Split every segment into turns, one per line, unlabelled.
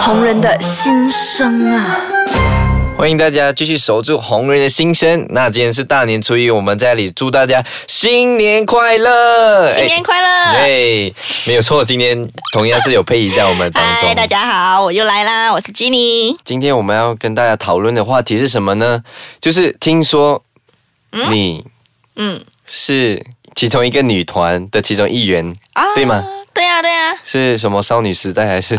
红人的心声啊。
欢迎大家继续守住红人的心声。那今天是大年初一，我们在这里祝大家新年快乐！
新年快乐！
对，没有错，今天同样是有佩仪在我们当中。
嗨，大家好，我又来啦，我是 Jenny。
今天我们要跟大家讨论的话题是什么呢？就是听说你
嗯
是其中一个女团的其中一员，
啊
对吗？
对呀、啊、对呀、啊，
是什么少女时代还是？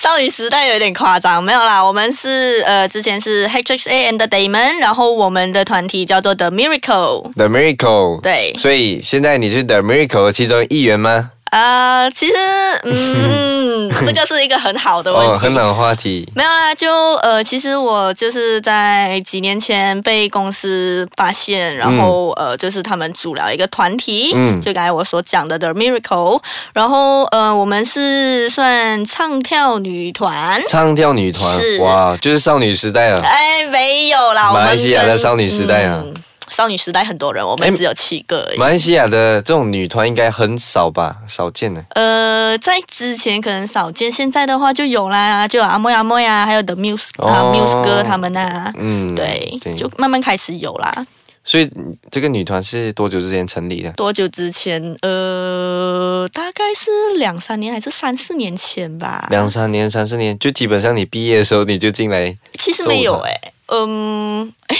少女时代有点夸张，没有啦，我们是呃之前是 HXA Entertainment，然后我们的团体叫做 The Miracle。
The Miracle，
对
所以现在你是 The Miracle 的其中一员吗？
啊、其实 嗯，这个是一个很好的问题。
哦，很冷的话题。
没有啦，就呃，其实我就是在几年前被公司发现，然后、呃，就是他们组了一个团体，
嗯
就刚才我所讲的 The Miracle，然后呃，我们是算唱跳女团。
唱跳女团
是，
哇，就是少女时代啊。
哎，没有啦，我
马
们
来西亚的
跟
少女时代啊
嗯少女时代很多人，我
哎
们只有七个而已。
马来西亚的这种女团应该很少吧，少见呢。
呃，在之前可能少见，现在的话就有啦，就有阿莫阿莫呀，还有 The Muse 啊、
哦
Muse 哥他们啊，
嗯，
对，就慢慢开始有啦。
所以嗯这个女团是多久之前成立的？
多久之前？呃，大概是两三年还是三四年前吧。
两三年、三四年，就基本上你毕业的时候你就进来，
其实没有
周
哎、嗯，哎，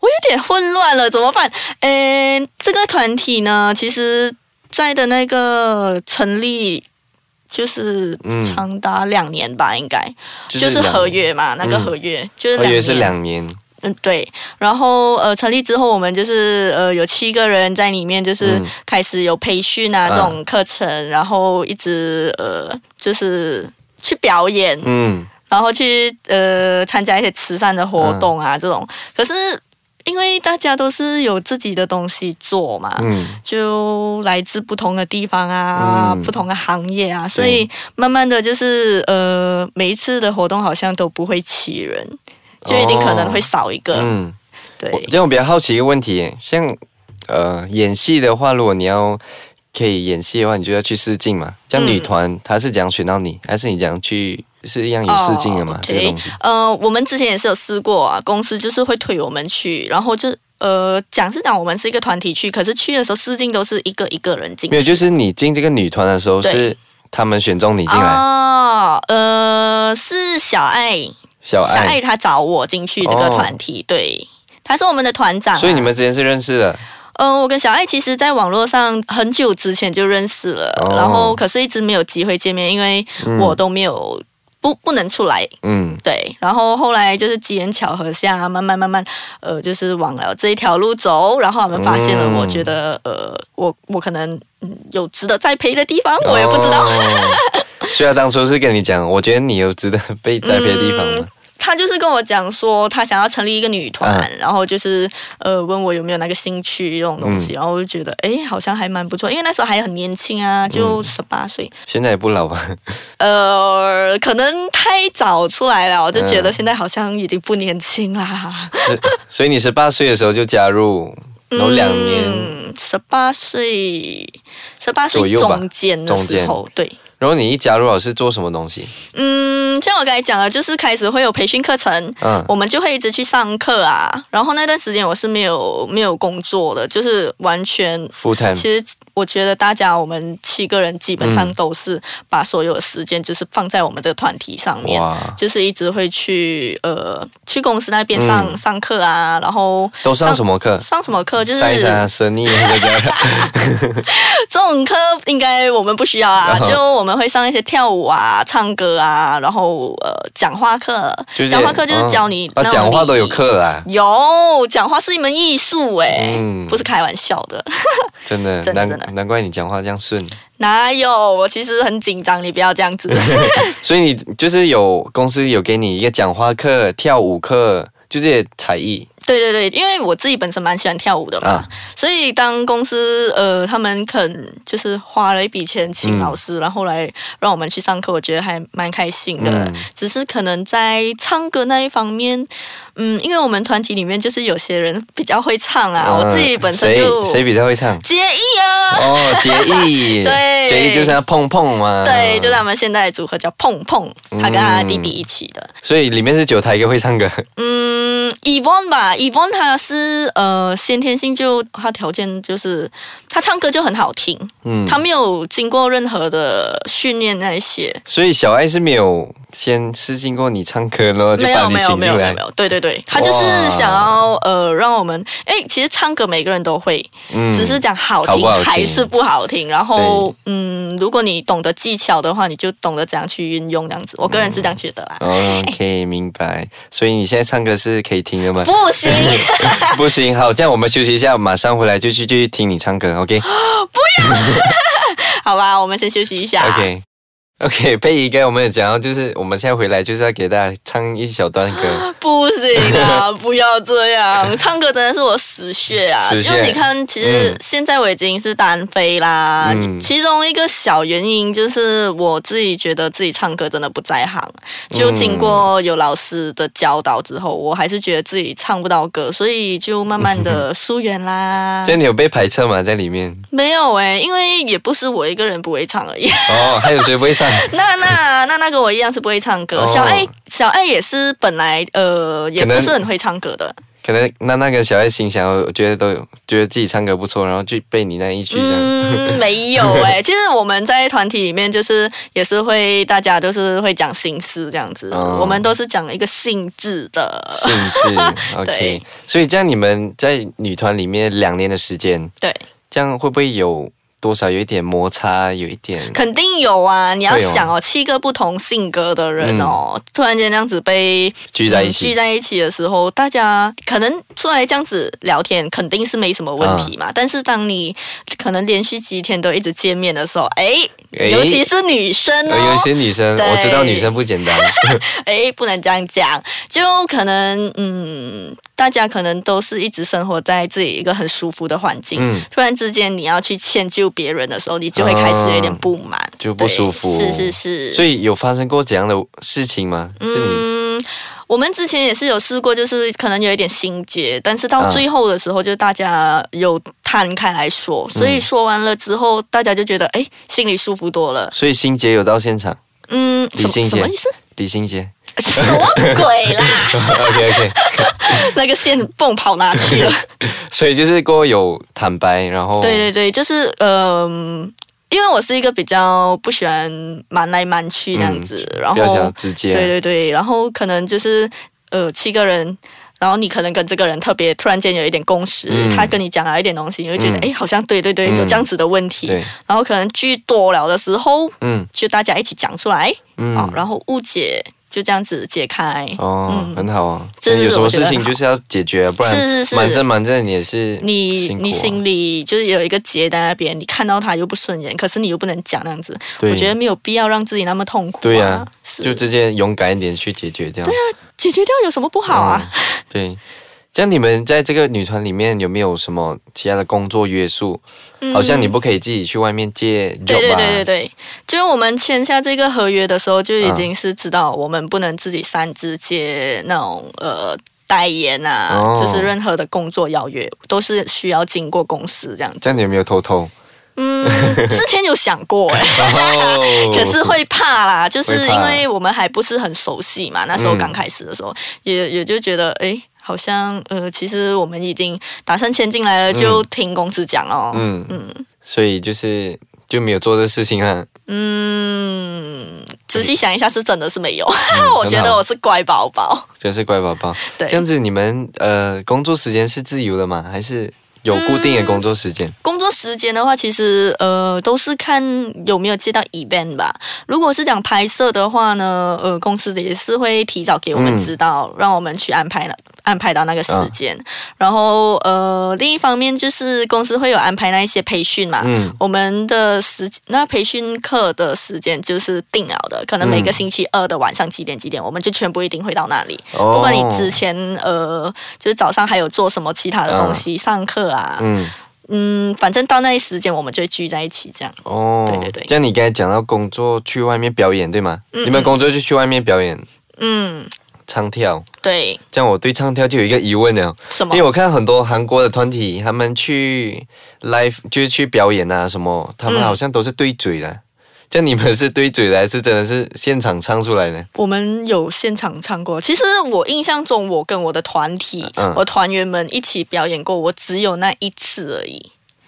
我有点混乱了，怎么办？嗯，这个团体呢，其实在的那个成立。就是
嗯
长达两年吧，应该
就
就是
两
合，约嘛，那个
嗯
合约、就是
合约
两年。
是两年，
嗯，对。然后呃，成立之后，我们就是呃有七个人在里面，就是
嗯
开始有培训啊、
啊
这种课程，然后一直呃就是去表演，
嗯，
然后去呃参加一些慈善的活动啊、这种。可是因为大家都是有自己的东西做嘛，
嗯，
就来自不同的地方啊，
嗯
不同的行业啊，所以慢慢的就是呃每一次的活动好像都不会齐人。就一定可能会少一个，
哦嗯。
呃对
我，这样我比较好奇一个问题，像呃演戏的话，如果你要可以演戏的话，你就要去试镜嘛。像
嗯
女团，她是怎样选到你，还是你怎样去是一样有试镜的嘛？
哦，OK
这个东西，
呃，我们之前也是有试过啊，公司就是会推我们去，然后就呃讲是讲我们是一个团体去，可是去的时候试镜都是一个一个人进去。
没有，就是你进这个女团的时候
对
是他们选中你进来，
哦，呃，是小爱，
小
小爱
爱，哦
她找我进去这个团体，对，她是我们的团长啊、
所以你们之前是认识的，
嗯，我跟小爱其实，在网络上很久之前就认识了，
哦
然后可是一直没有机会见面，因为我都没有、不不能出来，
嗯，
对，然后后来就是机缘巧合下，慢慢慢慢，呃，就是往了这一条路走，然后他们发现了，
嗯
我觉得，呃，我我可能嗯有值得栽培的地方，我也不知道。
哦虽然当初是跟你讲，我觉得你有值得被栽培的地方嘛，
他就是跟我讲说，他想要成立一个女团，
嗯
然后就是呃问我有没有那个兴趣这种东
嗯
西，然后我就觉得，哎，好像还蛮不错，因为那时候还很年轻啊，
嗯
就十八岁，
现在也不老吧？
呃，可能太早出来了，我就
嗯
觉得现在好像已经不年轻啦。
是所以你十八岁的时候就加入，然后两年。
嗯，十八岁，十八岁
左右吧
中间的时候，对，
然后你一加入老师做什么东西？
嗯，像我刚才讲的，就是开始会有培训课程，
嗯
我们就会一直去上课啊。然后那段时间我是没有没有工作的，就是完全。
，full time。
其实我觉得大家我们七个人基本上都是把所有的时间就是放在我们这个团体上面，
哇，
就是一直会去呃去公司那边上、
嗯
上课啊，然后
都上什么课？
上什么课就是
晒啊一晒生意这 个。
这种课应该我们不需要啊，
然后
就我们会上一些跳舞啊、唱歌啊，然后呃讲话课
就，是
讲话课就是教你
啊，
那种
讲话都有
礼仪。
课啊啦，
有讲话是一门艺术哎，
嗯
不是开玩笑的。
真的，
真的真的
难难怪你讲话这样顺。
哪有？我其实很紧张，你不要这样子。
所以你就是有公司有给你一个讲话课、跳舞课，就这些才艺。
对对对，因为我自己本身蛮喜欢跳舞的嘛，
啊
所以当公司呃他们肯就是花了一笔钱请老
嗯
师，然后来让我们去上课，我觉得还蛮开心的。
嗯
只是可能在唱歌那一方面，嗯，因为我们团体里面就是有些人比较会唱啊，我自己本身就
嗯谁谁比较会 唱？
结义啊。
哦，结义，
对
结义就是要碰碰嘛，
对，就是他们现在的组合叫碰碰，他跟他弟弟一起的。
所以里面是九台一个会唱歌，
嗯 e v o n 吧 e v o n 他是呃先天性就他条件就是他唱歌就很好听，
嗯，
他没有经过任何的训练那一些，
所以小爱是没有先试镜过你唱歌，然后就
没
把
有
你
没有
请
没
进
有没
来
有没，有，对对对，他就是想要呃让我们，哎，其实唱歌每个人都会，
嗯
只是讲好
好
听
不好听
还是不好听，然后嗯，如果你懂得技巧的话，你就懂得怎样去运用这样子，我个人是这样觉得啦，
嗯哦 OK 明白。所以你现在唱歌是可以听的吗？
不行。
不行，好，这样我们休息一下，马上回来就去继续听你唱歌，OK？
好吧，我们先休息一下。
OK OK，贝 姨刚才我们也讲到，就是我们现在回来就是要给大家唱一小段 歌，
不行啊，不要这样！唱歌真的是我死穴啊！
死
就
穴
是你看，其实
嗯
现在我已经是单飞啦。
嗯
其中一个小原因就是我自己觉得自己唱歌真的不在行，就经过有老师的教导之后，我还是觉得自己唱不到歌，所以就慢慢的疏远啦
这。样你有被排斥吗？在里面？
没有诶，因为也不是我一个人不会唱而已。啊
哦，还有谁不会唱？
那那那那跟我一样是不会唱歌，
哦
小爱小爱也是本来呃也
可能
不是很会唱歌的。
可能那那个小爱心想，我觉得都有，觉得自己唱歌不错，然后就被你那一句这样。
嗯，没有哎、其实我们在团体里面就是也是会，大家都是会讲心事这样子，
哦
我们都是讲一个性质的。
性质，OK
对。
所以这样你们在女团里面两年的时间，
对，
这样会不会有多少有一点摩擦，有一点
肯定有啊！你要
会有
想哦，七个不同性格的人哦，突然间这样子被
聚在一
嗯聚
起？
在一起的时候，大家可能出来这样子聊天，肯定是没什么问题嘛。但是当你可能连续几天都一直见面的时候，哎，
哎
尤其是女生哦，
呃有一些女生，
对
我知道女生不简单，
哎，不能这样讲，就可能嗯，大家可能都是一直生活在自己一个很舒服的环境，
嗯
突然之间你要去迁就别人的时候，你就会开始有点不满，
嗯就不
对
舒服
是是是，
所
以
以有发生过怎样的事情吗？是你
嗯。我们之前也是有试过，就是可能有一点心结，但是
啊
到最后的时候，就大家有摊开来说，所
嗯
以说完了之后，大家就觉得哎，心里舒服多了。
所以心杰有到现场，
嗯，什
理性
么
一些
什么意思？
李心杰。
什么鬼 啦？
OK OK，
那个线蹦跑哪去了？
所以就是过后有坦白，然后
对对对，就是嗯、因为我是一个比较不喜欢瞒来瞒去那样子，然
比较嗯想
后
直接，啊
对对对，然后可能就是呃七个人。然后你可能跟这个人特别突然间有一点共识，
嗯
他跟你讲了一点东西，你会觉得
嗯
哎、诶好像对对对，有这样子的问题。
对
然后可能聚多了的时候，
嗯
就大家一起讲出来，
嗯
哦，然后误解就这样子解开。
哦，
嗯
很好啊。
这是
有什么
我觉
事
得
情
很好
就是要解决，啊不
是
然
是是
瞒着瞒着你也是
你
辛苦啊
你心里就是有一个结在那边，你看到他又不顺眼，可是你又不能讲那样子，
对
我觉得没有必要让自己那么痛苦、啊。
对呀
是啊
就直接勇敢一点去解决掉。对
解决掉有什么不好啊？
对。这样你们在这个女团里面有没有什么其他的工作约束？
嗯
好像你不可以自己去外面借 job
对对
啊
对对对，就是我们签下这个合约的时候，就已经是知道我们不能自己擅自接那种呃代言啊，
哦
就是任何的工作邀约都是需要经过公司这样子。
这样你有没有偷 偷？
嗯，之前有想过哎、可是会怕嗯啦，就是因为我们还不是很熟悉嘛，那时候刚开始的时候，也也就觉得诶，好像呃，其实我们已经打算签进来了，就听公司讲哦。嗯
嗯嗯，所以就是就没有做这事情啊。
嗯仔细想一下，是真的是没有。 我觉
很
得
好
我是乖宝宝，
真是乖宝宝。
对
这样子你们呃工作时间是自由的吗？还是有固定的工作时间？
工作时间的话，其实呃都是看有没有接到 event 吧。如果是讲拍摄的话呢，呃，公司也是会提早给我
嗯
们
啊
知道，让我们去安排了安排到那个时间。然后呃，另一方面就是公司会有安排那一些培训嘛，
嗯
我们的时那培训课的时间就是定了的，可能每个星期二的晚上几点几点，我们就全部一定会到那里。
哦
不管你之前呃，就是早上还有做什么其他的东西，上课啊，
嗯
嗯，反正到那一时间我们就会聚在一起这样。
哦，
对对对
像你刚才讲到工作去外面表演对吗？
嗯
你们工作就去外面表演
嗯，
唱跳，
对，
这样我对唱跳就有一个疑问了，
什么
因为？我看很多韩国的团体他们去 live 就是去表演啊什么，他们
嗯
好像都是对嘴的。像你们是对嘴的，还是真的是现场唱出来的？
我们有现场唱过。其实我印象中，我跟我的团体、
嗯
我团员们一起表演过，我只有那一次而已。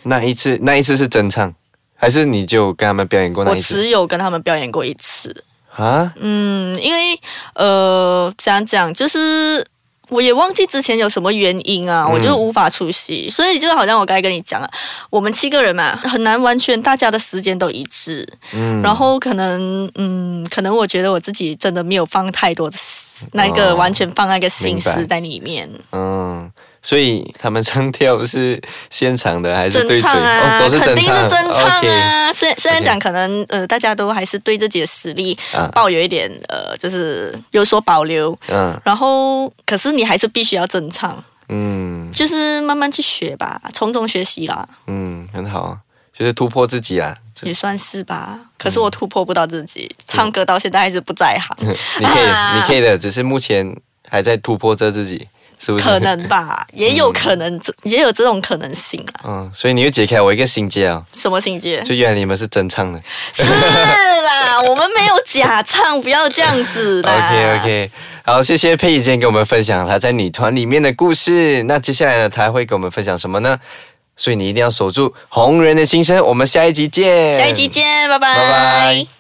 那一次，那一次是真唱，还是你就跟他们表演过那
我
一次
只有跟他们表演过一次。
啊？
嗯，因为呃，讲讲就是。我也忘记之前有什么原因啊，
嗯
我就无法出席，所以就好像我刚才跟你讲啊，我们七个人嘛，很难完全大家的时间都一致，
嗯，
然后可能，嗯，可能我觉得我自己真的没有放太多的思那个，
哦
完全放那个心
明白
思在里面。
嗯，所以他们唱跳是现场的还是
真
对嘴？
唱啊，
哦，都是
肯
真
定
唱，
是真唱
OK，
啊。虽虽然
OK
讲可能呃，大家都还是对自己的实力
啊
抱有一点呃，就是有所保留。
嗯
然后，可是你还是必须要真唱，
嗯
就是慢慢去学吧，从中学习啦，
嗯，很好啊，就是突破自己啊。这
也算是
嗯
吧。可是我突破不到自己，唱歌到现在还是不在行，
你可以，
啊
你可以的，只是目前还在突破着自己，是不是？
可。能 吧，也有可能，这也有这种可能性啊。
嗯，所以你又解开我一个心结啊！
什么情节？
就原来你 们是真唱的。
是啦，我们没有假唱，不要这样 子啦。
OK OK，好，谢谢佩仪今天给我们分享她在女团里面的故事。那接下来呢，她会给我们分享什么呢？所以你一定要守住红人的心声。我们下一集见，
下一集见，拜拜
拜拜。